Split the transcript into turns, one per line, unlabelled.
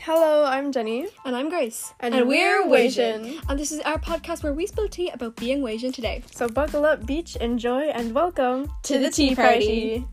Hello, I'm Jenny.
And I'm Grace.
And we're Wasian.
And this is our podcast where we spill tea about being Wasian today.
So buckle up, beach, enjoy, and welcome
To the tea party.